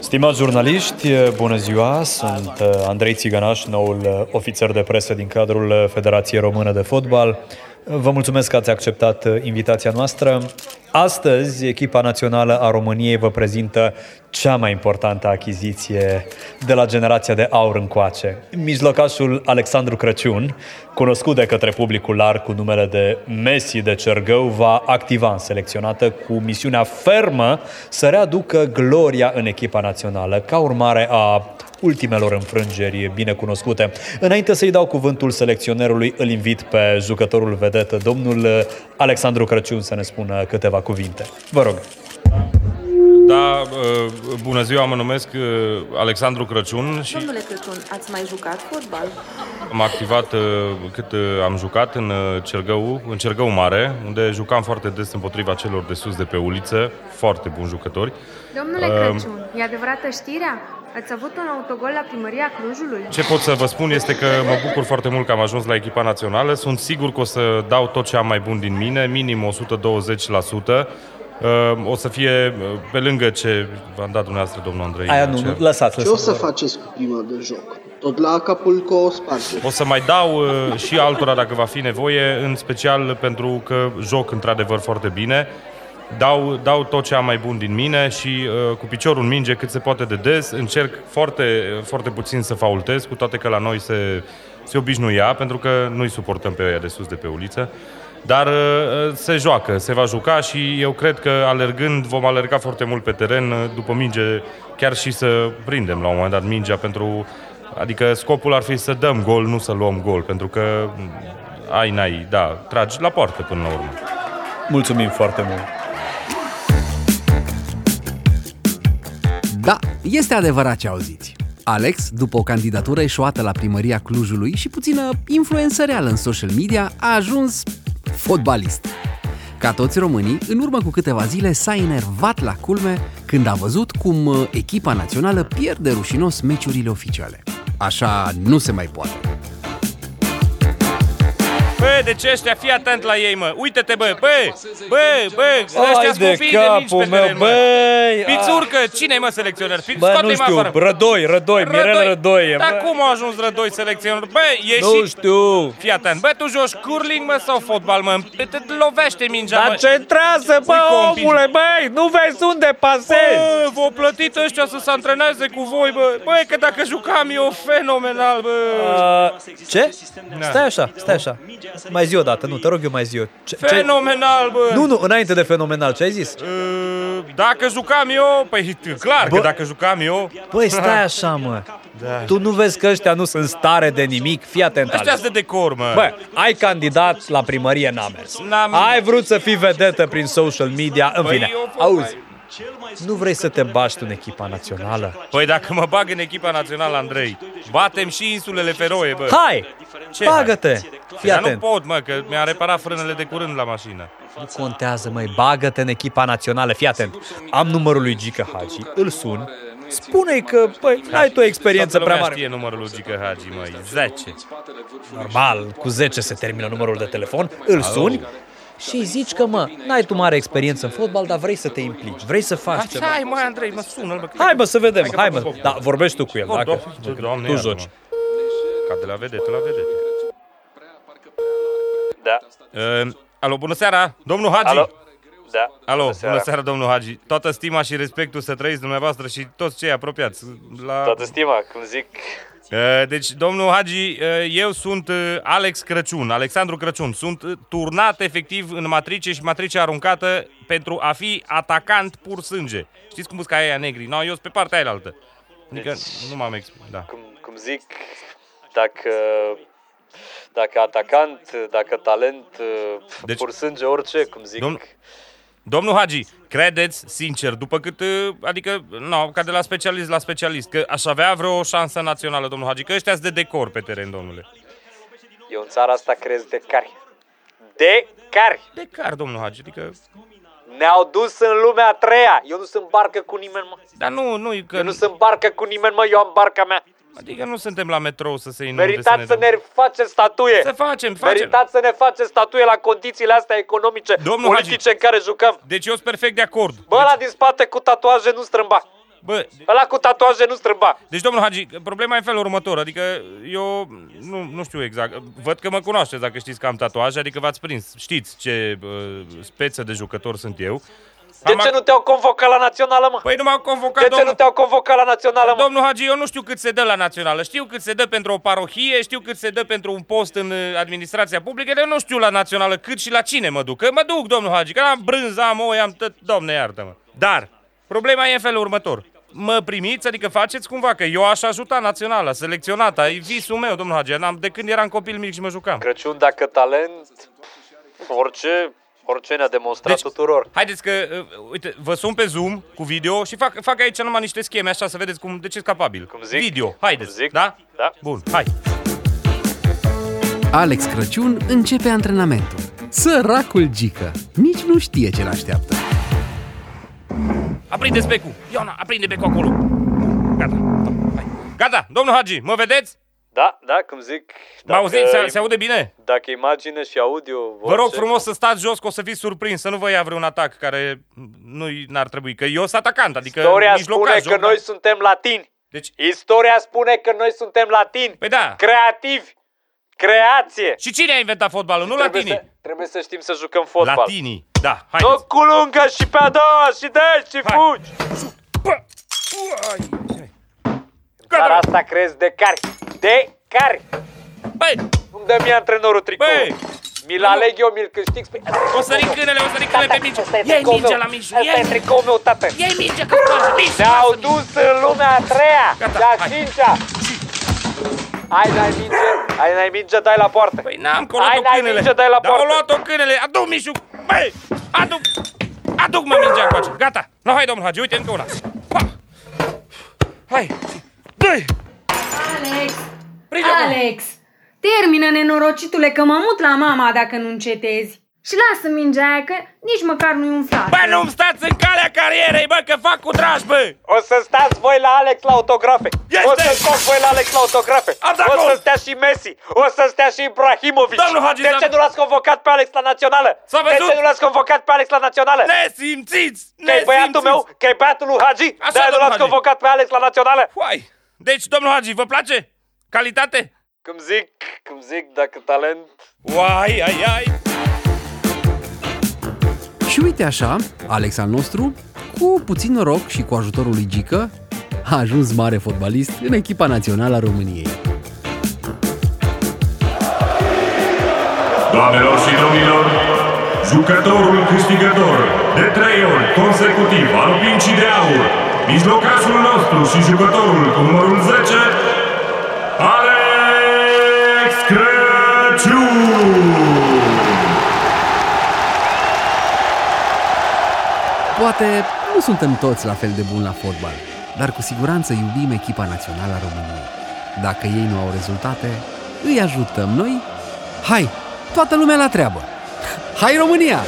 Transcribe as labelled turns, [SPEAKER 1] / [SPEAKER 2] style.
[SPEAKER 1] Stimați jurnaliști, bună ziua! Sunt Andrei Țigănaș, noul ofițer de presă din cadrul Federației Române de Fotbal. Vă mulțumesc că ați acceptat invitația noastră. Astăzi, echipa națională a României vă prezintă cea mai importantă achiziție de la generația de aur încoace. Mijlocașul Alexandru Crăciun, cunoscut de către publicul larg cu numele de Messi de Cergău, va activa în selecționată cu misiunea fermă să readucă gloria în echipa națională, ca urmare a ultimelor înfrângeri bine cunoscute. Înainte să-i dau cuvântul selecționerului, îl invit pe jucătorul vedetă, domnul Alexandru Crăciun, să ne spună câteva cuvinte. Vă rog.
[SPEAKER 2] Da, bună ziua, mă numesc uh, Alexandru Crăciun și
[SPEAKER 3] Domnule Crăciun, ați mai jucat fotbal?
[SPEAKER 2] am activat uh, cât am jucat în uh, Cergău, în Cergău Mare, unde jucam foarte des împotriva celor de sus de pe uliță, foarte buni jucători.
[SPEAKER 4] Domnule Crăciun, e adevărată știrea? Ați avut un autogol la primăria Clujului?
[SPEAKER 2] Ce pot să vă spun este că mă bucur foarte mult că am ajuns la echipa națională. Sunt sigur că o să dau tot ce am mai bun din mine, minim 120%. Uh, O să fie, uh, pe lângă ce v-am dat dumneavoastră, domnul Andrei.
[SPEAKER 1] Aia nu,
[SPEAKER 2] ce-
[SPEAKER 1] nu, lăsați,
[SPEAKER 5] Ce o
[SPEAKER 1] lăsați.
[SPEAKER 5] să faceți cu prima de joc? Tot la Acapulco o spargeți.
[SPEAKER 2] O să mai dau uh, și altora dacă va fi nevoie, în special pentru că joc într-adevăr foarte bine. Dau, dau tot ce am mai bun din mine și uh, cu piciorul în minge cât se poate de des. Încerc foarte, foarte puțin să faultez, cu toate că la noi se, se obișnuia, pentru că nu-i suportăm pe ăia de sus de pe uliță. Dar uh, se joacă, se va juca și eu cred că alergând vom alerga foarte mult pe teren uh, după minge, chiar și să prindem la un moment dat mingea pentru Adică scopul ar fi să dăm gol, nu să luăm gol, pentru că m, ai, n-ai, da, tragi la poartă până la urmă.
[SPEAKER 1] Mulțumim foarte mult.
[SPEAKER 6] Da, este adevărat ce auziți. Alex, după o candidatură eșuată la primăria Clujului și puțină influențăreală în social media, a ajuns fotbalist. Ca toți românii, în urmă cu câteva zile s-a enervat la culme când a văzut cum uh, echipa națională pierde rușinos meciurile oficiale. Așa nu se mai poate.
[SPEAKER 2] Bă, deci ăștia, fii atent la ei, mă, uite-te, bă, bă, bă, bă,
[SPEAKER 1] Ai de capul meu, băi!
[SPEAKER 2] Pițurcă, cine mă selecționer? Fi,
[SPEAKER 1] Bă, nu
[SPEAKER 2] scoate-i mă
[SPEAKER 1] știu,
[SPEAKER 2] afară.
[SPEAKER 1] Rădoi, Rădoi, Mirel Rădoi.
[SPEAKER 7] Da,
[SPEAKER 2] Dar cum a ajuns Rădoi selecționer? Bă, ieși...
[SPEAKER 1] Nu știu.
[SPEAKER 2] Fii atent, bă, tu joci curling, mă, sau fotbal, mă? Te, te lovește mingea, mă.
[SPEAKER 7] Dar ce trasă, bă,
[SPEAKER 2] Pui compin.
[SPEAKER 7] omule, băi, nu vezi unde pasezi?
[SPEAKER 2] Bă, v-au plătit ăștia să se antreneze cu voi, bă. Băi, că dacă jucam eu fenomenal,
[SPEAKER 1] Ah.
[SPEAKER 2] bă.
[SPEAKER 7] Ce?
[SPEAKER 2] Da.
[SPEAKER 7] Stai așa, stai așa. Mai zi o dată, nu, te rog eu mai zi o. Ce, ce...
[SPEAKER 2] Fenomenal, bă.
[SPEAKER 7] Nu, nu, înainte de fenomenal, ce ai zis?
[SPEAKER 2] Uh, Dacă jucam eu, păi clar că
[SPEAKER 7] Bă.
[SPEAKER 2] dacă jucam eu,
[SPEAKER 7] Băi, Păi, stai așa, mă. Da. Tu nu vezi că ăștia nu sunt stare de nimic? Fii atent,
[SPEAKER 2] ăștia
[SPEAKER 7] Alex.
[SPEAKER 2] de decor, mă.
[SPEAKER 7] Bă, ai candidat la primărie, n-a mers.
[SPEAKER 2] N-am-
[SPEAKER 7] Ai vrut să fii vedetă prin social media, în
[SPEAKER 2] Păi,
[SPEAKER 7] fine.
[SPEAKER 2] eu pot-
[SPEAKER 7] Auzi, nu vrei să te baști în echipa națională?
[SPEAKER 2] Păi dacă mă bag în echipa națională, Andrei, batem și insulele Feroe, bă.
[SPEAKER 7] Hai!
[SPEAKER 2] Ce
[SPEAKER 7] Bagă-te! Fii
[SPEAKER 2] Dar nu
[SPEAKER 7] atent.
[SPEAKER 2] pot, mă, că mi-a reparat frânele de curând la mașină.
[SPEAKER 7] Nu contează, măi, bagă-te în echipa națională, fii atent. Am numărul lui Gică Hagi, îl sun, spune-i că, băi, n-ai tu o experiență
[SPEAKER 2] Toată
[SPEAKER 7] prea
[SPEAKER 2] lumea
[SPEAKER 7] mare.
[SPEAKER 2] știe numărul lui Gică Hagi, măi, 10.
[SPEAKER 7] Normal, cu 10 se termină numărul de telefon, îl suni și îi zici că, mă, n-ai tu mare experiență în fotbal, dar vrei să te implici, vrei să faci ceva.
[SPEAKER 2] Așa ai, mă, Andrei, mă sună, mă.
[SPEAKER 7] Hai, mă, să vedem,
[SPEAKER 2] că
[SPEAKER 7] hai,
[SPEAKER 2] fac
[SPEAKER 7] mă.
[SPEAKER 2] scop.
[SPEAKER 1] Да,
[SPEAKER 7] Da, vorbești tu cu el,
[SPEAKER 1] така
[SPEAKER 2] Vor,
[SPEAKER 7] dacă
[SPEAKER 2] doamne, doamne,
[SPEAKER 7] tu
[SPEAKER 2] iartă-mă.
[SPEAKER 7] joci.
[SPEAKER 2] Ca de la vedetă la vedetă. Da. Uh, alo, bună seara, domnul Hagi.
[SPEAKER 8] Alo. Da.
[SPEAKER 2] Alo, bună seara. domnul Hagi. Toată stima și respectul să trăiți dumneavoastră și toți cei apropiați. La...
[SPEAKER 8] Toată stima, cum zic,
[SPEAKER 2] Uh, Deci, domnul Hagi, uh, eu sunt uh, Alex Crăciun, Alexandru Crăciun. Sunt uh, turnat efectiv în matrice și matrice aruncată pentru a fi atacant pur sânge. Știți cum sunt ca aia negri? No, eu sunt pe partea aia altă. Adică nu m-am explicat. Da.
[SPEAKER 8] cum, cum zic, dacă, dacă atacant, dacă talent,
[SPEAKER 2] Deci-
[SPEAKER 8] deci, pur sânge, orice, cum zic.
[SPEAKER 2] Domn- Domnul Hagi, credeți, sincer, după cât, uh, adică, no, ca de la specialist la specialist, că aș avea vreo șansă națională, domnul Hagi, că ăștia sunt de decor pe teren, domnule.
[SPEAKER 8] Eu în țara asta crez de cari. De cari!
[SPEAKER 2] De car, domnul Hagi, adică...
[SPEAKER 8] Ne-au dus în lumea a treia! Eu nu sunt barcă cu nimeni, mă.
[SPEAKER 2] Dar nu, nu, că,
[SPEAKER 8] Eu nu sunt barcă cu nimeni, mă, eu am barca mea.
[SPEAKER 2] adică nu suntem la metrou să se inunde.
[SPEAKER 8] Meritați să
[SPEAKER 2] dăm-
[SPEAKER 8] ne faceți statuie!
[SPEAKER 2] Să facem, facem.
[SPEAKER 8] Meritați să ne faceți statuie la condițiile astea economice,
[SPEAKER 2] Domnul Hagi.
[SPEAKER 8] politice în care jucăm.
[SPEAKER 2] Deci eu sunt perfect de acord.
[SPEAKER 8] Bă, ăla din spate cu tatuaje nu strâmba.
[SPEAKER 2] Bă,
[SPEAKER 8] Ăla cu tatuaje nu strâmba.
[SPEAKER 2] deci domnul Hagi, problema e în felul următor, adică eu nu, nu știu exact, văd că mă cunoașteți dacă știți că am tatuaje, adică v-ați prins, știți ce uh, speță de jucător sunt eu.
[SPEAKER 8] De
[SPEAKER 2] Am
[SPEAKER 8] ce
[SPEAKER 2] ac-
[SPEAKER 8] nu te-au convocat la națională, mă?
[SPEAKER 2] Păi nu m-au convocat
[SPEAKER 8] De ce
[SPEAKER 2] domnul...
[SPEAKER 8] nu te-au convocat la națională, mă?
[SPEAKER 2] Domnul Hagi, eu nu știu cât se dă la națională. Știu cât se dă pentru o parohie, știu cât se dă pentru un post în uh, administrația publică, dar eu nu știu la națională cât și la cine mă duc. Că mă duc, domnul Hagi, că am brânză, am oi, am tot... Domne, iartă-mă. Dar, problema e în felul următor. Mă primiți, adică faceți cumva, că eu aș ajuta naționala, selecționata, e visul meu, domnul Hagi, n-am, de când eram copil mic și mă jucam.
[SPEAKER 8] Crăciun, dacă talent, orice, orice ne-a demonstrat
[SPEAKER 2] Deci-
[SPEAKER 8] tuturor.
[SPEAKER 2] Haideți că, uh, uite, vă sun pe Zoom cu video și fac, fac aici numai niște scheme, așa să vedeți cum, de ce capabil.
[SPEAKER 8] Cum zic?
[SPEAKER 2] Video, haideți,
[SPEAKER 8] Cum zic?
[SPEAKER 2] da?
[SPEAKER 8] Da.
[SPEAKER 2] Bun, hai.
[SPEAKER 6] Alex Crăciun începe antrenamentul. Săracul Gică nici nu știe ce l-așteaptă.
[SPEAKER 2] Aprindeți becul! Iona, aprinde becul acolo! Gata, hai. Gata, domnul Hagi, mă vedeți?
[SPEAKER 8] Da, da, cum zic...
[SPEAKER 2] Mă auziți? Se, se aude bine?
[SPEAKER 8] Dacă imagine și audio...
[SPEAKER 2] Vă rog frumos să stați jos, că o să fiți surprins, să nu vă ia vreun atac care nu n-ar trebui, că eu sunt atacant, adică
[SPEAKER 8] Istoria
[SPEAKER 2] nici
[SPEAKER 8] spune
[SPEAKER 2] locaș,
[SPEAKER 8] că
[SPEAKER 2] joc,
[SPEAKER 8] noi
[SPEAKER 2] dar-
[SPEAKER 8] suntem latini.
[SPEAKER 2] Deci,
[SPEAKER 8] Istoria spune că noi suntem latini.
[SPEAKER 2] păi da,
[SPEAKER 8] Creativi. Creație.
[SPEAKER 2] și cine a inventat fotbalul? Nu
[SPEAKER 8] Trebuie
[SPEAKER 2] latinii!
[SPEAKER 8] Să, trebuie să știm să jucăm fotbal.
[SPEAKER 2] Latinii, da, haideți!
[SPEAKER 8] Tot cu lungă și pe a doua și dă și
[SPEAKER 2] Hai.
[SPEAKER 8] fugi.
[SPEAKER 2] Bă! Uai!
[SPEAKER 8] Dar
[SPEAKER 2] Gata!
[SPEAKER 8] asta crezi de cari. De cari.
[SPEAKER 2] Băi,
[SPEAKER 8] Nu-mi dă mie antrenorul
[SPEAKER 2] băi!
[SPEAKER 8] tricoul. Mi-l aleg eu, mi-l câștig. Spui...
[SPEAKER 2] O sări câinele, o sări câinele pe Mișu!
[SPEAKER 8] Asta e
[SPEAKER 2] Ia-i
[SPEAKER 8] tricoul
[SPEAKER 2] mingea
[SPEAKER 8] meu.
[SPEAKER 2] la Mișu!
[SPEAKER 8] Asta e
[SPEAKER 2] Ia-i
[SPEAKER 8] tricoul meu, tată.
[SPEAKER 2] ia-i mingea că coajă! Mișu,
[SPEAKER 8] Ne-au
[SPEAKER 2] lasă mingea.
[SPEAKER 8] dus în lumea a treia
[SPEAKER 2] Gata,
[SPEAKER 8] și a
[SPEAKER 2] hai.
[SPEAKER 8] cincea. Hai, n-ai minge, hai, n-ai minge, dai la poartă.
[SPEAKER 2] Păi n-am, că o luat-o
[SPEAKER 8] Hai, n-ai
[SPEAKER 2] câinele.
[SPEAKER 8] minge, dai la
[SPEAKER 2] Dar o
[SPEAKER 8] poartă.
[SPEAKER 2] luat-o câinele. Adu, Mișu! Băi, adu! Adu mă mingea încoace. Gata. No, hai, domnul Hagi, uite încă una. Pa! Hai! Dă-i!
[SPEAKER 4] Alex!
[SPEAKER 2] Prinde acum.
[SPEAKER 4] Alex! Termină, nenorocitule, că mă mut la mama dacă nu încetezi. Și lasă mingea aia, că nici măcar nu-i umflată.
[SPEAKER 2] Bă, nu-mi stați în calea carierei, bă, că fac cu dragi, bă!
[SPEAKER 8] O să stați voi la Alex la autografe.
[SPEAKER 2] Este!
[SPEAKER 8] O să stați voi la Alex la autografe.
[SPEAKER 2] Am dat
[SPEAKER 8] O
[SPEAKER 2] da, gol!
[SPEAKER 8] să stea și Messi. O să stea și Ibrahimovic.
[SPEAKER 2] Domnul Hagi,
[SPEAKER 8] De
[SPEAKER 2] s-a-
[SPEAKER 8] ce nu l-ați convocat pe Alex la națională?
[SPEAKER 2] S-a
[SPEAKER 8] De
[SPEAKER 2] văzut?
[SPEAKER 8] ce nu l-ați convocat pe Alex la națională?
[SPEAKER 2] Ne simțiți! Ne
[SPEAKER 8] Că e băiatul
[SPEAKER 2] simțiți!
[SPEAKER 8] meu, că e băiatul lui Hagi,
[SPEAKER 2] Așa,
[SPEAKER 8] dar nu
[SPEAKER 2] domnul
[SPEAKER 8] l-ați
[SPEAKER 2] Hagi.
[SPEAKER 8] convocat pe Alex la națională.
[SPEAKER 2] Uai! Deci, domnul Hagi, vă place? Calitate?
[SPEAKER 8] Cum zic, cum zic, dacă talent
[SPEAKER 2] Uai, ai, ai!
[SPEAKER 6] Și uite așa, Alex al nostru, cu puțin noroc și cu ajutorul lui Gică, a ajuns mare fotbalist în echipa națională a României.
[SPEAKER 9] Doamnelor și domnilor, jucătorul câștigător de trei ori consecutiv al Pincii de Aur, mijlocașul nostru și jucătorul cu numărul 10, Alex Crăciun!
[SPEAKER 6] Poate nu suntem toți la fel de buni la fotbal, dar cu siguranță iubim echipa națională a României. Dacă ei nu au rezultate, îi ajutăm noi. Hai, toată lumea la treabă! Hai România!